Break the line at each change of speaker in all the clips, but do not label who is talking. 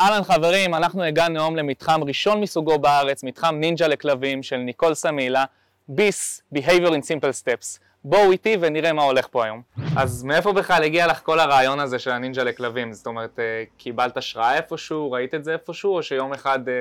אהלן חברים, אנחנו הגענו היום למתחם ראשון מסוגו בארץ, מתחם נינג'ה לכלבים של ניקול סמילה, ביס, Behavior in Simple Steps. בואו איתי ונראה מה הולך פה היום. אז מאיפה בכלל הגיע לך כל הרעיון הזה של הנינג'ה לכלבים? זאת אומרת, אה, קיבלת השראה איפשהו, ראית את זה איפשהו, או שיום אחד אה,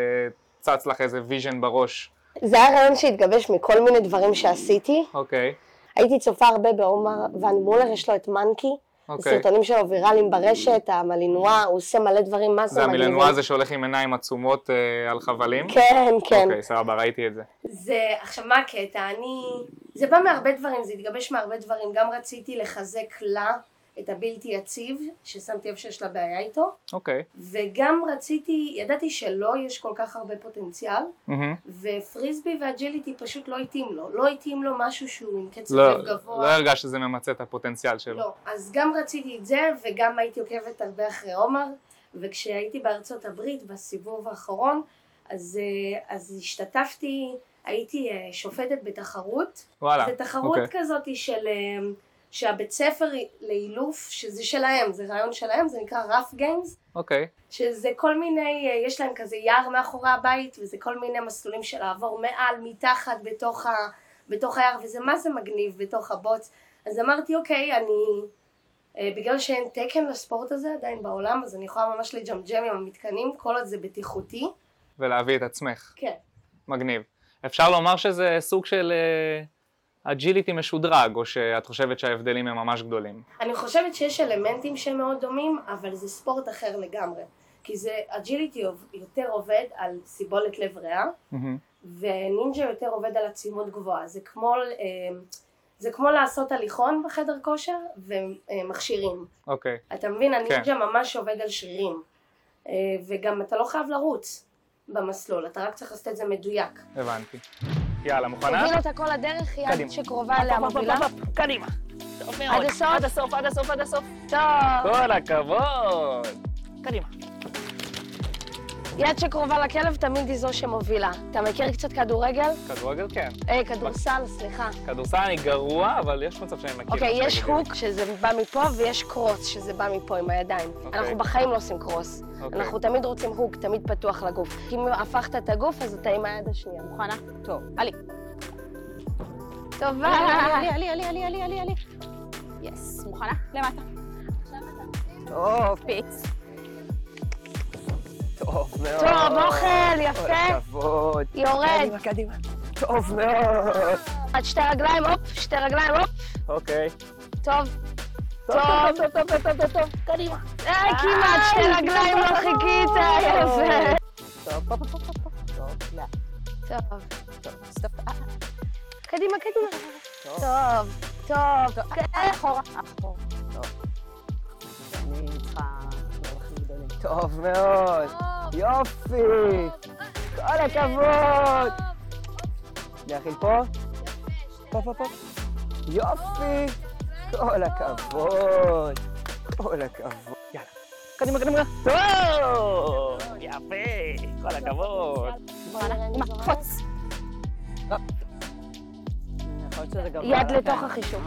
צץ לך איזה ויז'ן בראש?
זה היה רעיון שהתגבש מכל מיני דברים שעשיתי.
אוקיי,
הייתי צופה הרבה בעומר ון מולר, יש לו את מנקי.
אוקיי.
הסרטונים שלו ויראליים ברשת, המלינואה, הוא עושה מלא דברים, מה זה
זה
מגניבים.
המילנוע הזה שהולך עם עיניים עצומות אה, על חבלים?
כן, כן.
אוקיי, סבבה, ראיתי את זה.
זה, עכשיו מה הקטע? אני... זה בא מהרבה דברים, זה התגבש מהרבה דברים. גם רציתי לחזק לה את הבלתי יציב, ששמתי לב שיש לה בעיה איתו,
אוקיי.
וגם רציתי, ידעתי שלא יש כל כך הרבה פוטנציאל,
מהמם.
ופריסבי ואג'יליטי פשוט לא התאים לו. לא התאים לו משהו שהוא עם קצב
לא,
לב גבוה.
לא הרגשת שזה ממצה את הפוטנציאל שלו.
לא, אז גם רציתי את זה, וגם הייתי עוקבת הרבה אחרי עומר, וכשהייתי בארצות הברית בסיבוב האחרון, אז, אה, אז השתתפתי, הייתי אה, שופטת בתחרות,
וואלה.
זו תחרות
אוקיי.
כזאת של... אה, שהבית ספר לאילוף, שזה שלהם, זה רעיון שלהם, זה נקרא רף גיימס,
אוקיי.
שזה כל מיני, אה, יש להם כזה יער מאחורי הבית, וזה כל מיני מסלולים של לעבור מעל, מתחת, בתוך, ה, בתוך היער, וזה מה זה מגניב בתוך הבוץ. אז אמרתי, אוקיי, אני, אה, בגלל שאין תקן לספורט הזה עדיין בעולם, אז אני יכולה ממש לג'מג'ם עם המתקנים, כל עוד זה בטיחותי.
ולהביא את עצמך.
כן.
מגניב. אפשר לומר שזה סוג של אה, אג'יליטי משודרג, או שאת חושבת שההבדלים הם ממש גדולים.
אני חושבת שיש אלמנטים שהם מאוד דומים, אבל זה ספורט אחר לגמרי. כי זה, אג'יליטי עוב- יותר עובד על סיבולת לב ריאה,
מהמם.
ונינג'ה יותר עובד על עצימות גבוהה. זה כמו, אה, זה כמו לעשות הליכון בחדר כושר ומכשירים.
אוקיי.
אתה מבין, הנינג'ה כן. ממש עובד על שרירים. אה, וגם אתה לא חייב לרוץ במסלול, אתה רק צריך לעשות את זה מדויק.
הבנתי. יאללה, מוכנה?
תוביל אותה כל הדרך, היא
קדימה.
עד שקרובה אליה
פופ, פופ,
מובילה.
פופ, פופ, קדימה. טוב מאוד.
עד הסוף?
עד הסוף, עד הסוף, עד הסוף.
טוב,
כל הכבוד.
קדימה.
היא עד שקרובה לכלב תמיד היא זו שמובילה. אתה מכיר קצת כדורגל?
כדורגל כן.
אה, כדורסל, סליחה.
כדורסל אני גרוע, אבל יש מצב שאני מכיר.
אוקיי,
מה
יש
שתגידי.
הוק שזה בא מפה ויש קרוס שזה בא מפה עם הידיים.
אוקיי.
אנחנו בחיים לא עושים קרוס.
אוקיי.
אנחנו תמיד רוצים הוק, תמיד פתוח לגוף. כי אם הפכת את הגוף, אז אתה עם היד השנייה.
מוכנה? טוב. עלי.
טובה.
עלי, עלי, עלי, עלי, עלי, עלי, עלי. יס. מוכנה? למטה. טוב, פיץ.
טוב מאוד.
טוב, כן. אוכל,
כל
יפה.
הכבוד.
יורד.
קדימה, קדימה. טוב מאוד.
עד שתי רגליים, הופ, שתי רגליים, הופ.
אוקיי.
טוב. טוב.
טוב, טוב, טוב, טוב, טוב, טוב. קדימה.
אה, כמעט, שתי רגליים לא חיכית, יפה.
טוב, פופ, פופ, פופ, פופ. טוב, לאט.
טוב.
טוב, סטופ. אה,
קדימה, קדימה. טוב, טוב, כן.
אה, אחורה. אחורה.
אני איתך. לא הכי גדולים. טוב מאוד. יופי. כל הכבוד. להכיל פה? פה, פה, פה. יופי. כל הכבוד. כל הכבוד.
קדימה, קדימה.
טוב.
יפה. כל הכבוד. מוכנה? קדימה, קפוץ.
יכול להיות שזה גם
יד
אה,
בעל
לתוך
הקהל.
החישוק.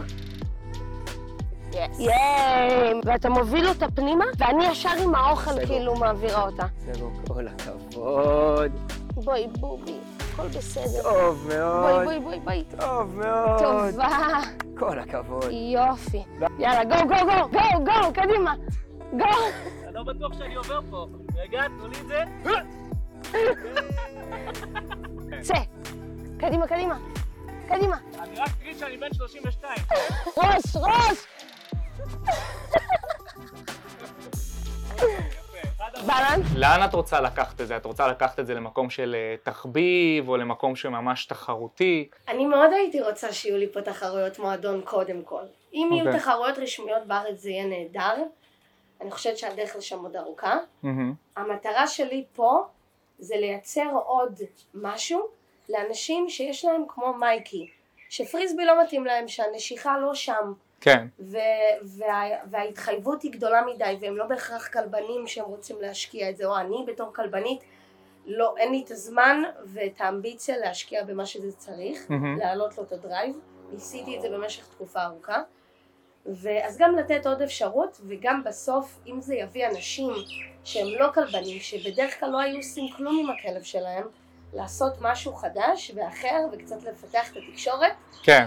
יס.
ייי! ואתה מוביל אותה פנימה, ואני ישר עם האוכל
בסדר.
כאילו מעבירה אותה.
זהו, כל הכבוד.
בואי, בובי, הכל בסדר.
טוב
בואי,
מאוד.
בואי, בואי, בואי.
טוב מאוד.
טובה.
כל הכבוד.
יופי. יאללה, גו, גו, גו, גו, גו, קדימה. גו. אני לא בטוח שאני עובר פה. רגע, תנו לי את זה. צא. קדימה, קדימה. קדימה. אני רק אגיד שאני בן 32. ראש, ראש! בלנס?
לאן את רוצה לקחת את זה? את רוצה לקחת את זה למקום של אה, תחביב, או למקום שממש תחרותי?
אני מאוד הייתי רוצה שיהיו לי פה תחרויות מועדון קודם כל. אם יהיו
אוקיי.
תחרויות רשמיות בארץ זה יהיה נהדר. אני חושבת שהדרך לשם עוד ארוכה.
מהמם.
המטרה שלי פה זה לייצר עוד משהו לאנשים שיש להם כמו מייקי. שפריסבי לא מתאים להם, שהנשיכה לא שם,
כן.
ו- וה- וההתחייבות היא גדולה מדי, והם לא בהכרח כלבנים שהם רוצים להשקיע את זה, או אני בתור כלבנית, לא, אין לי את הזמן ואת האמביציה להשקיע במה שזה צריך.
מהמם.
להעלות לו את הדרייב, ניסיתי את זה במשך תקופה ארוכה ואז גם לתת עוד אפשרות, וגם בסוף, אם זה יביא אנשים שהם לא כלבנים, שבדרך כלל לא היו עושים כלום עם הכלב שלהם, לעשות משהו חדש ואחר, וקצת לפתח את התקשורת,
כן.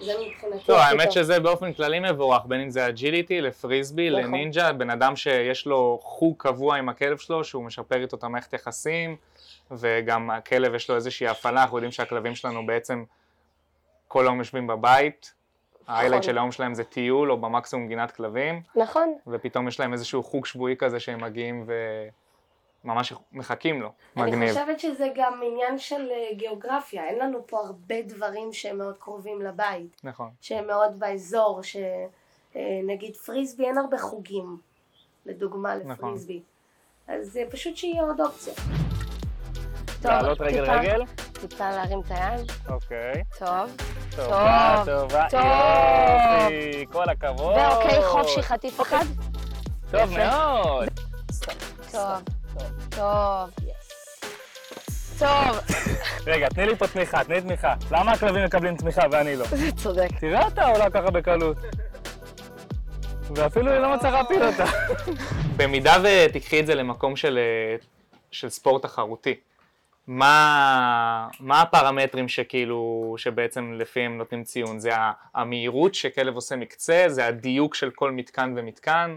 זה מבחינתי...
לא,
הכי טוב.
האמת שזה באופן כללי מבורך, בין אם זה אג'יליטי, לפריסבי,
נכון.
לנינג'ה, בן אדם שיש לו חוג קבוע עם הכלב שלו, שהוא משפר איתו את המערכת יחסים, וגם הכלב יש לו איזושהי הפעלה, אנחנו יודעים שהכלבים שלנו בעצם כל היום יושבים בבית, האיילייט של היום שלהם זה טיול, או במקסימום גינת כלבים,
נכון.
ופתאום יש להם איזשהו חוג שבועי כזה שהם מגיעים וממש מחכים לו,
אני
מגניב.
חושבת שזה גם עניין של אה, גיאוגרפיה, אין לנו פה הרבה דברים שהם מאוד קרובים לבית,
נכון.
שהם מאוד באזור, שנגיד פריסבי אין הרבה חוגים, לדוגמה
נכון.
לפריסבי. אז אה, פשוט שיהיה עוד אופציה.
טוב,
לעלות רגל
טיפה-
רגל?
טיפה להרים את היד.
אוקיי.
טוב.
טובה,
טוב,
טובה,
טוב.
יופי, אוקיי. כל הכבוד.
ואוקיי, חופשי חטיף אחד.
טוב מאוד.
טוב. טוב. טוב.
רגע, תני לי פה תמיכה, תני תמיכה. למה הכלבים מקבלים תמיכה ואני לא?
זה צודק.
תראה אותה עולה ככה בקלות. ואפילו היא לא מצליחה להפיל אותה. במידה ותיקחי את זה למקום של, אה, של ספורט תחרותי, מה, מה הפרמטרים שכאילו, שבעצם לפיהם נותנים ציון? זה ה- המהירות שכלב עושה מקצה? זה הדיוק של כל מתקן ומתקן?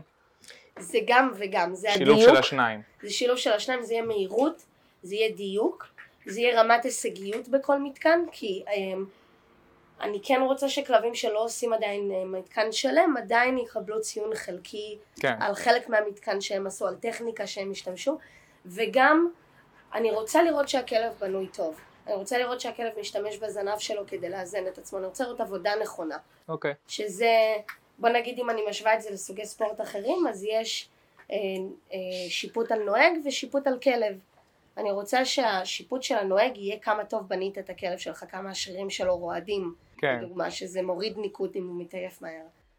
זה גם וגם, זה
שילוב
הדיוק,
של השניים.
זה שילוב של השניים, זה יהיה מהירות, זה יהיה דיוק, זה יהיה רמת הישגיות בכל מתקן, כי אמ, אני כן רוצה שכלבים שלא עושים עדיין אה, מתקן שלם, עדיין יקבלו ציון חלקי
כן.
על חלק מהמתקן שהם עשו, על טכניקה שהם השתמשו, וגם אני רוצה לראות שהכלב בנוי טוב. אני רוצה לראות שהכלב משתמש בזנב שלו כדי לאזן את עצמו, אני רוצה לראות עבודה נכונה.
אוקיי.
שזה, בוא נגיד אם אני משווה את זה לסוגי ספורט אחרים, אז יש אה, אה, שיפוט על נוהג ושיפוט על כלב. אני רוצה שהשיפוט של הנוהג יהיה כמה טוב בנית את הכלב שלך, כמה השרירים שלו רועדים,
כן.
לדוגמה, שזה מוריד ניקוד אם הוא מתעייף מהר,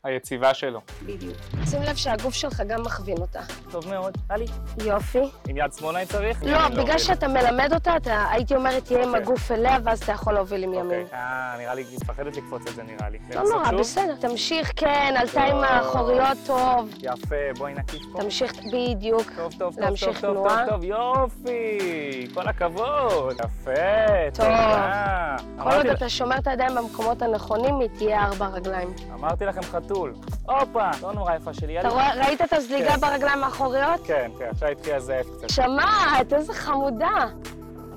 היציבה שלו.
בדיוק.
שים לב שהגוף שלך גם מכווין אותה.
טוב מאוד. עלי.
יופי.
עם יד שמאל אני צריך?
לא, בגלל שאתה מלמד אותה, אתה- הייתי אומרת, תהיה עם
אוקיי.
הגוף אליה, ואז אתה יכול להוביל עם ימין.
אה, נראה לי, היא מפחדת לקפוץ את זה נראה לי.
לא
לנסות
נורא,
שוב?
בסדר. תמשיך, כן, עלתה עם
לא.
האחוריות טוב.
אוקיי. יפה, בואי נקיף פה.
תמשיך, בדיוק.
טוב, טוב, טוב,
להמשיך
טוב, טוב,
תנועה.
טוב, טוב, יופי, כל הכבוד. יפה,
טוב.
תודה.
כל עוד
אמרתי
אתה שומר את הידיים במקומות הנכונים, היא תהיה ארבע רגליים.
ל- אמרתי לכם חתול. הופה, לא נורא יפה שלי,
אתה
יאללה.
רואה, ראית את הזליגה
כן.
ברגליים האחוריות?
כן, כן, עכשיו התחיל לזייף קצת.
שמעת, איזה חמודה.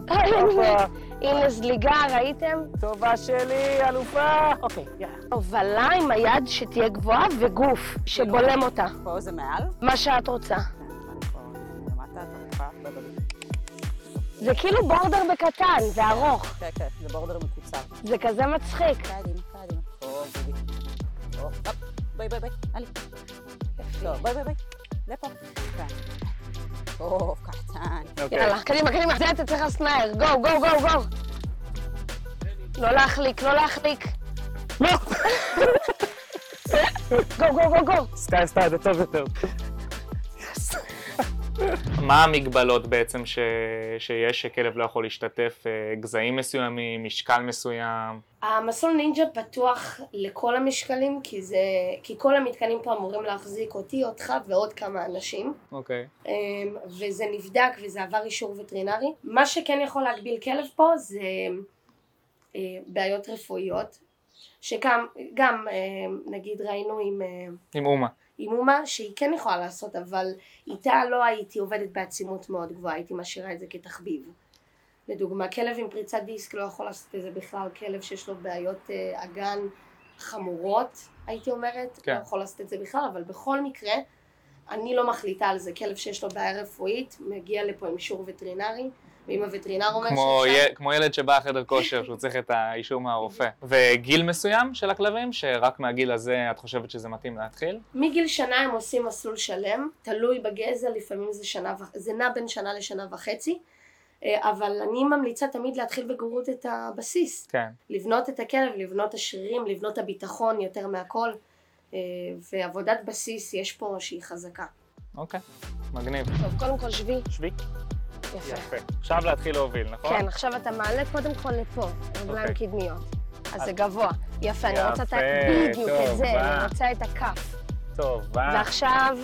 הופה,
הנה זליגה, ראיתם?
טובה שלי, אלופה. אוקיי, יאללה.
הובלה עם היד שתהיה גבוהה וגוף שבולם אותה,
פה זה מעל.
מה שאת רוצה.
פה למטה, תפחה, לא יודעת.
זה כאילו בורדר בקטן, זה ארוך,
כן, כן, זה בורדר מקוצר.
זה כזה מצחיק.
קדימה, קדימה. טוב, ביבי. טוב, הופ. לא. ביי, ביי, ביי. עלי. טוב, ביי, ביי, ביי. לפה. כן. כאן. טוב, קטן.
אוקיי,
יאללה, קדימה, קדימה, זה אתה צריך לסנאייר, גו, גו, גו, גו. לא להחליק, לא להחליק. לא. גו, גו, גו, גו.
סקאי סטאר זה טוב יותר. מה המגבלות בעצם ש... שיש שכלב לא יכול להשתתף? אה, גזעים מסוימים, משקל מסוים?
המסלול נינג'ה פתוח לכל המשקלים, כי, זה, כי כל המתקנים פה אמורים להחזיק אותי, אותך ועוד כמה אנשים.
אוקיי.
אמ, וזה נבדק וזה עבר אישור וטרינרי. מה שכן יכול להגביל כלב פה זה אה, בעיות רפואיות, שגם גם, אמ, נגיד ראינו עם, אמ,
עם אומה.
עם אומה שהיא כן יכולה לעשות, אבל איתה לא הייתי עובדת בעצימות מאוד גבוהה, הייתי משאירה את זה כתחביב. לדוגמה, כלב עם פריצת דיסק לא יכול לעשות את זה בכלל, כלב שיש לו בעיות אה, אגן חמורות, הייתי אומרת,
כן.
לא יכול לעשות את זה בכלל, אבל בכל מקרה, אני לא מחליטה על זה. כלב שיש לו בעיה רפואית, מגיע לפה עם אישור וטרינרי, ואם הווטרינר אומר
כמו, י... כמו ילד שבא לחדר כושר, שהוא צריך את האישור מהרופא. וגיל מסוים של הכלבים, שרק מהגיל הזה את חושבת שזה מתאים להתחיל?
מגיל שנה הם עושים מסלול שלם, תלוי בגזע, לפעמים זה שנה, וח- זה נע בין שנה לשנה וחצי, אה, אבל אני ממליצה תמיד להתחיל בגרות את הבסיס,
כן.
לבנות את הכלב, לבנות את השרירים, לבנות את הביטחון יותר מהכל, אה, ועבודת בסיס יש פה שהיא חזקה.
אוקיי, מגניב.
טוב, קודם כל שבי.
שבי.
יפה.
יפה. עכשיו להתחיל להוביל, נכון?
כן, עכשיו אתה מעלה קודם כל לפה, רגליים
אוקיי.
קדמיות. אז זה גבוה. יפה, אני רוצה את ה...
יפה,
בדיוק
טוב,
את זה,
בא.
אני רוצה את הכף.
טוב, בא.
ועכשיו,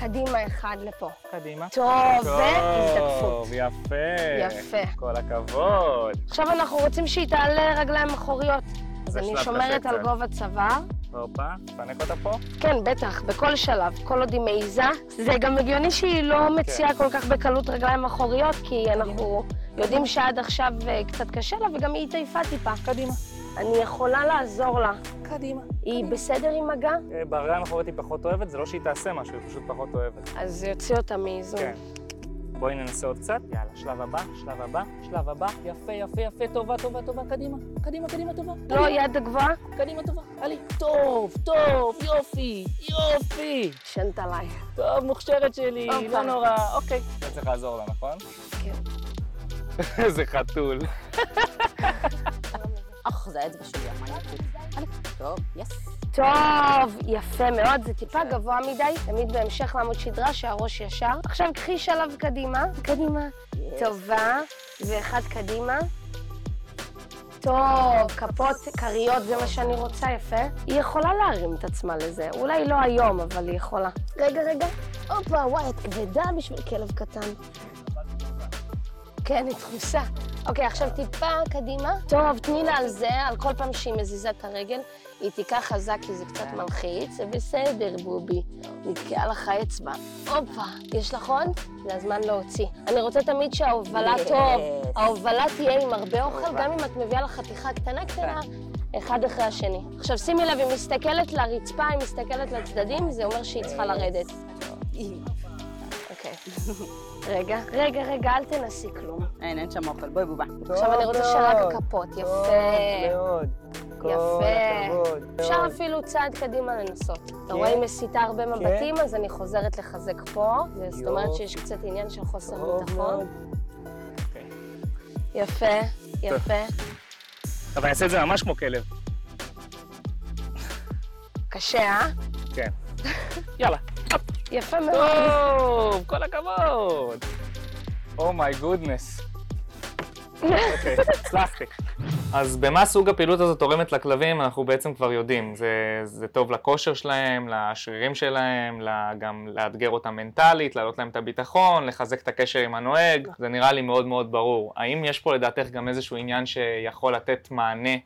קדימה אחד לפה.
קדימה.
טוב, והזדקפות.
טוב, יפה.
יפה.
כל הכבוד.
עכשיו אנחנו רוצים שהיא תעלה רגליים אחוריות. אז
זה
אני
שלב
שומרת
קשה
על
קצת.
גובה צוואר.
הופה, תפנק אותה פה.
כן, בטח, בכל שלב, כל עוד היא מעיזה. זה גם הגיוני שהיא
כן.
לא מציעה כל כך בקלות רגליים אחוריות, כי אנחנו יודעים שעד עכשיו אה, קצת קשה לה, וגם היא התעייפה טיפה. קדימה. אני יכולה לעזור לה.
קדימה.
היא בסדר עם מגע?
אה, ברגליים האחורית היא פחות אוהבת, זה לא שהיא תעשה משהו, היא פשוט פחות אוהבת.
אז יוציא אותה מאיזון.
כן. בואי ננסה עוד קצת. יאללה, שלב הבא, שלב הבא, שלב הבא.
יפה, יפה, יפה, טובה, טובה, טובה, קדימה. קדימה, קדימה, טובה.
לא,
קדימה,
יד גבוהה?
קדימה, טובה. עלי, טוב, טוב, יופי, יופי.
שנת עליי.
טוב, מוכשרת שלי,
הופה.
לא נורא, אוקיי.
אתה צריך לעזור לה, נכון?
כן.
איזה חתול.
אך, זה האצבע שלי, המניאקית. עלי, טוב, יס.
טוב, יפה מאוד, זה טיפה גבוה מדי, תמיד בהמשך לעמוד שדרה שהראש ישר. עכשיו קחי שלב קדימה, קדימה, טובה, ואחד קדימה. טוב, כפות כריות זה מה שאני רוצה, יפה. היא יכולה להרים את עצמה לזה, אולי לא היום, אבל היא יכולה.
רגע, רגע. הופה, וואי, את כבדה בשביל כלב קטן.
כן, היא תחוסה. אוקיי, עכשיו טיפה קדימה. טוב, תני לה על זה, על כל פעם שהיא מזיזה את הרגל, היא תיקח חזק כי זה קצת מלחיץ. זה בסדר, בובי. נתקעה לך האצבע. הופה, יש לך עוד? זה הזמן להוציא. אני רוצה תמיד שההובלה
Yes.
טוב. ההובלה תהיה עם הרבה אוכל,
טובה.
גם אם את מביאה לה חתיכה קטנה קטנה, אחד אחרי השני. עכשיו שימי לב, היא מסתכלת לרצפה, היא מסתכלת לצדדים, זה אומר שהיא צריכה לרדת. אוקיי. רגע, רגע, רגע, אל תנסי כלום.
אין, אין שם אוכל, בואי בובה.
עכשיו אני רוצה שרק
מאוד.
כפות,
טוב
יפה.
מאוד. כל
יפה.
הכבוד.
אפשר
מאוד. כן.
אפילו צעד קדימה לנסות. אתה רואה, היא מסיתה הרבה מבטים, אז אני חוזרת לחזק פה. זה- זאת אומרת
יופי.
שיש קצת עניין של חוסר
טוב מאוד.
נכון?
ביטחון. יפה, יפה.
אבל אני אעשה את זה ממש כמו כלב.
קשה, אה?
כן. יאללה.
יפה מאוד.
טוב, כל הכבוד. אומיי גודנס. Oh אוקיי, הצלחתי. אז במה סוג הפעילות הזאת תורמת לכלבים, אנחנו בעצם כבר יודעים. זה, זה טוב לכושר שלהם, לשרירים שלהם, לה- גם לאתגר אותם מנטלית, להעלות להם את הביטחון, לחזק את הקשר עם הנוהג. זה נראה לי מאוד מאוד ברור. האם יש פה לדעתך גם איזשהו עניין שיכול לתת מענה,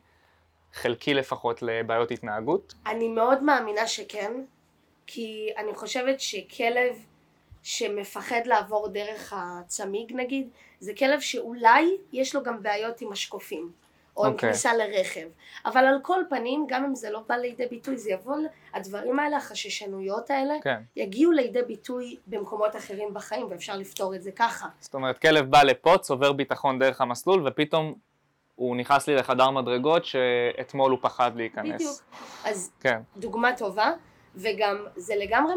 חלקי לפחות, לבעיות התנהגות?
אני מאוד מאמינה שכן, כי אני חושבת שכלב שמפחד לעבור דרך הצמיג נגיד, זה כלב שאולי יש לו גם בעיות עם השקופים, או עם
אוקיי.
כניסה לרכב. אבל על כל פנים, גם אם זה לא בא לידי ביטוי, זה יבוא, ל- הדברים האלה, החששנויות האלה,
כן.
יגיעו לידי ביטוי במקומות אחרים בחיים, ואפשר לפתור את זה ככה.
זאת אומרת, כלב בא לפה, צובר ביטחון דרך המסלול, ופתאום הוא נכנס לי לחדר מדרגות שאתמול הוא פחד להיכנס.
בדיוק. אז
כן,
דוגמה טובה, וגם זה לגמרי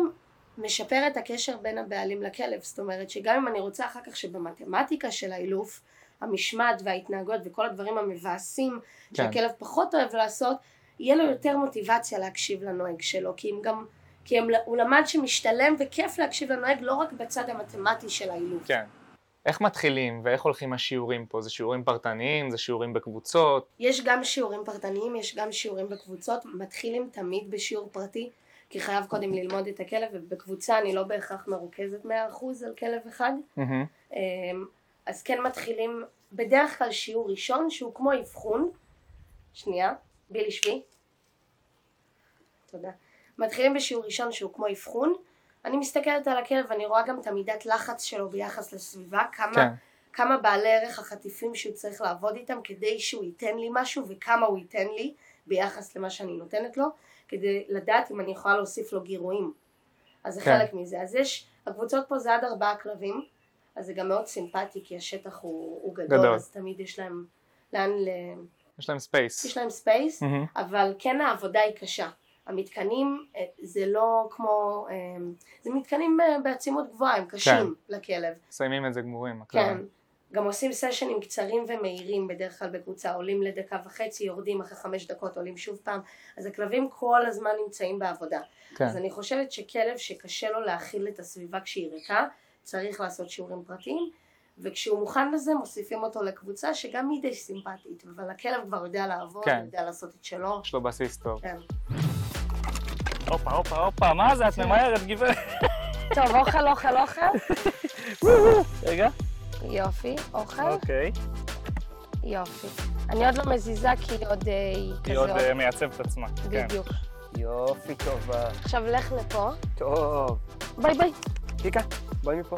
משפר את הקשר בין הבעלים לכלב, זאת אומרת שגם אם אני רוצה אחר כך שבמתמטיקה של האילוף, המשמעת וההתנהגות וכל הדברים המבאסים
כן.
כן. שהכלב פחות אוהב לעשות, יהיה לו יותר מוטיבציה להקשיב לנוהג שלו, כי אם גם, כי הם, הוא למד שמשתלם וכיף להקשיב לנוהג לא רק בצד המתמטי של האילוף.
כן. איך מתחילים ואיך הולכים השיעורים פה? זה שיעורים פרטניים? זה שיעורים בקבוצות?
יש גם שיעורים פרטניים, יש גם שיעורים בקבוצות, מתחילים תמיד בשיעור פרטי, כי חייב קודם ללמוד את הכלב, ובקבוצה אני לא בהכרח מרוכזת 100% על כלב אחד,
מהמם.
אמ, אז כן מתחילים בדרך כלל שיעור ראשון, שהוא כמו אבחון, שנייה, בילי שבי, תודה, מתחילים בשיעור ראשון שהוא כמו אבחון, אני מסתכלת על הכלב ואני רואה גם את המידת לחץ שלו ביחס לסביבה, כמה
כן.
כמה בעלי ערך החטיפים שהוא צריך לעבוד איתם כדי שהוא ייתן לי משהו וכמה הוא ייתן לי ביחס למה שאני נותנת לו כדי לדעת אם אני יכולה להוסיף לו גירויים אז זה
כן.
כן. חלק מזה אז יש, הקבוצות פה זה עד ארבעה כלבים אז זה גם מאוד סימפטי כי השטח הוא, הוא גדול,
גדול.
גדול אז תמיד יש להם לאן ל...
יש להם ספייס.
יש להם ספייס
מהמם.
אבל כן העבודה היא קשה. המתקנים אה, זה לא כמו, אה, זה מתקנים אה, בעצימות גבוהה, הם קשים
כן.
לכלב.
מסיימים את זה גמורים.
כן.
הכלבים.
גם עושים סשנים קצרים ומהירים בדרך כלל בקבוצה, עולים לדקה וחצי, יורדים אחרי חמש דקות, עולים שוב פעם, אז הכלבים כל הזמן נמצאים בעבודה.
כן.
אז אני חושבת שכלב שקשה לו להכיל את הסביבה כשהיא ריקה, צריך לעשות שיעורים פרטיים, וכשהוא מוכן לזה מוסיפים אותו לקבוצה שגם היא די סימפטית, אבל הכלב כבר יודע לעבוד,
כן.
יודע לעשות את שלו.
יש לו בסיס טוב.
כן.
הופה, הופה, הופה, מה זה? את ממהרת, גברת.
טוב, אוכל, אוכל, אוכל.
רגע,
יופי,
אה.
אוכל,
אוקיי.
יופי. אני עוד לא מזיזה כי עוד אה, היא
היא
כזה
עוד
לא.
עוד...
אה, מייצבת את עצמה. כן.
בדיוק.
יופי טובה.
עכשיו לך לפה.
טוב.
ביי ביי.
קיקה, בואי מפה.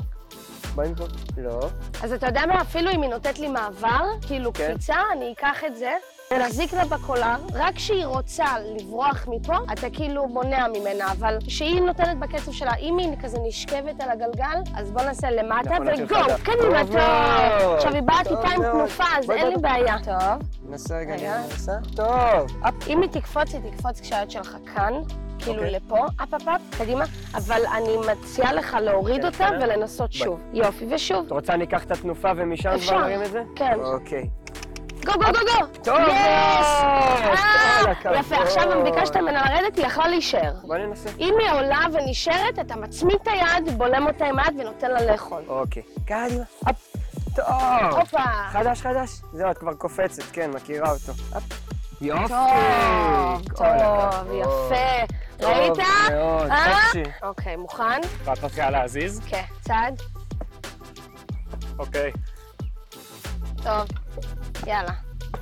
בואי מפה. לא.
אז אתה יודע מה? אפילו אם היא נותנת לי מעבר, כאילו
כן.
קפיצה, אני אקח את זה, ונחזיק לה בקולר, רק כשהיא רוצה לברוח מפה, אתה כאילו מונע ממנה, אבל כשהיא נותנת בקצב שלה, אם היא כזה נשכבת על הגלגל, אז בוא נעשה למטה
נכון, נתחיל
וגו,
חזק.
קדימה,
טוב
טוב.
מאוד.
עכשיו היא באה
טוב
טיפה עם
מאוד.
תנופה, אז
בואי,
אין לי
בואי.
בעיה. טוב.
נסה רגע,
רגע.
נסה. טוב. אפ.
אם היא תקפוץ, היא תקפוץ כשהיד שלך כאן, כאילו
אוקיי.
לפה, אפ אפ אפ, קדימה, אבל אני מציעה לך להוריד
כן,
אותה
בסדר.
ולנסות
ביי.
שוב. יופי, ושוב.
את רוצה אני אקח את התנופה ומשם
אפשר.
כבר נרים את זה?
כן.
אוקיי.
גו, גו, גו, גו!
טוב מאוד!
אה,
כל הכבוד.
יפה, עכשיו אם ביקשת ממנה לרדת, היא יכלה להישאר.
בואי ננסה.
אם היא עולה ונשארת, אתה מצמיד את היד, בולם אותה עם היד ונותן לה לאכול.
אוקיי. קדימה. אפ. טוב.
הופה!
חדש, חדש. זהו, את כבר קופצת, כן, מכירה אותו. אפ. יופי.
טוב,
אוקיי. כל
טוב,
הכבוד.
יפה.
טוב
ראית?
מאוד,
אה?
סקסי.
אוקיי, מוכן?
ואת מתחילה להזיז?
כן, צעד.
אוקיי.
טוב, יאללה,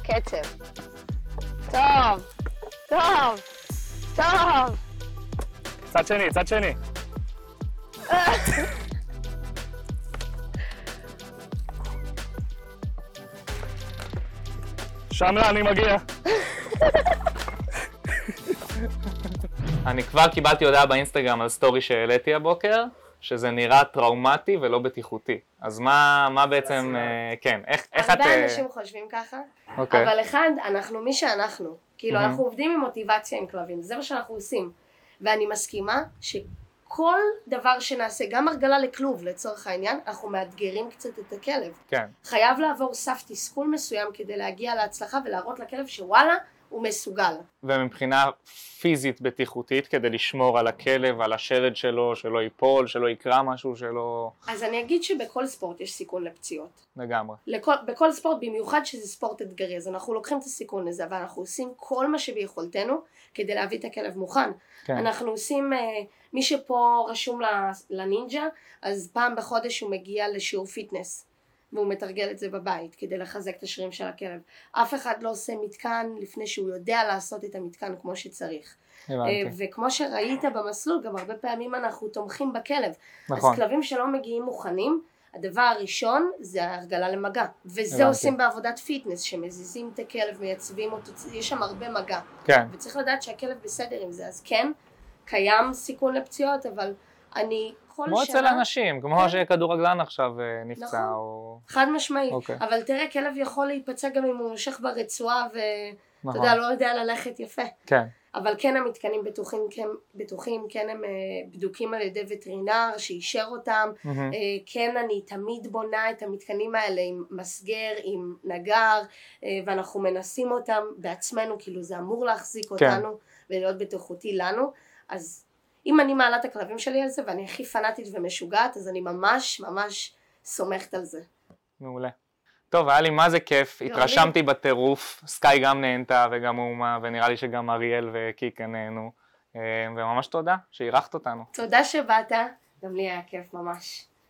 קצב. טוב, טוב, טוב.
צד שני, צד שני. שם לה, אני מגיע. אני כבר קיבלתי הודעה באינסטגרם על סטורי שהעליתי הבוקר, שזה נראה טראומטי ולא בטיחותי. אז מה, מה בעצם, אה, כן, איך, איך את...
הרבה
אה,
אנשים חושבים ככה,
אוקיי.
אבל אחד, אנחנו מי שאנחנו. כאילו,
מהמם.
אנחנו עובדים עם מוטיבציה עם כלבים, זה מה שאנחנו עושים. ואני מסכימה שכל דבר שנעשה, גם הרגלה לכלוב לצורך העניין, אנחנו מאתגרים קצת את הכלב.
כן,
חייב לעבור סף תסכול מסוים כדי להגיע להצלחה ולהראות לכלב שוואלה, הוא מסוגל.
ומבחינה פיזית בטיחותית, כדי לשמור על הכלב, על השלד שלו, שלא ייפול, שלא יקרע משהו, שלא...
אז אני אגיד שבכל ספורט יש סיכון לפציעות.
לגמרי.
לכל, בכל ספורט, במיוחד שזה ספורט אתגרי, אז אנחנו לוקחים את הסיכון הזה, אבל אנחנו עושים כל מה שביכולתנו כדי להביא את הכלב מוכן.
כן.
אנחנו עושים, אה, מי שפה רשום ל- לנינג'ה, אז פעם בחודש הוא מגיע לשיעור פיטנס, והוא מתרגל את זה בבית כדי לחזק את השרירים של הכלב. אף אחד לא עושה מתקן לפני שהוא יודע לעשות את המתקן כמו שצריך. אה,
הבנתי.
וכמו שראית במסלול, גם הרבה פעמים אנחנו תומכים בכלב.
נכון.
אז כלבים שלא מגיעים מוכנים, הדבר הראשון זה ההרגלה למגע. וזה
הבנתי.
עושים בעבודת פיטנס, שמזיזים את הכלב, מייצבים אותו, יש שם הרבה מגע.
כן.
וצריך לדעת שהכלב בסדר עם זה, אז כן, קיים סיכון לפציעות, אבל אני כל
כמו
שנה...
אצל אנשים, כמו
כן.
שכדורגלן עכשיו אה, נפצע,
נכון.
או...
חד משמעית.
אוקיי.
אבל תראה, כלב יכול להיפצע גם אם הוא נושך ברצועה, ואתה
נכון.
יודע, לא יודע ללכת יפה.
כן,
אבל כן המתקנים בטוחים, כן, בטוחים, כן הם אה, בדוקים על ידי וטרינר שאישר אותם,
מהמם.
אה, כן, אני תמיד בונה את המתקנים האלה עם מסגר, עם נגר, אה, ואנחנו מנסים אותם בעצמנו, כאילו זה אמור להחזיק אותנו ולהיות בטיחותי לנו, אז אם אני מעלה את הכלבים שלי על זה ואני הכי פנאטית ומשוגעת, אז אני ממש ממש סומכת על זה.
מעולה. טוב, היה לי מה זה כיף,
לי.
התרשמתי בטירוף, סקאי גם נהנתה וגם אומה, ונראה לי שגם אריאל וקיקה נהנו, אה, וממש תודה שאירחת אותנו.
תודה שבאת, גם לי היה כיף ממש.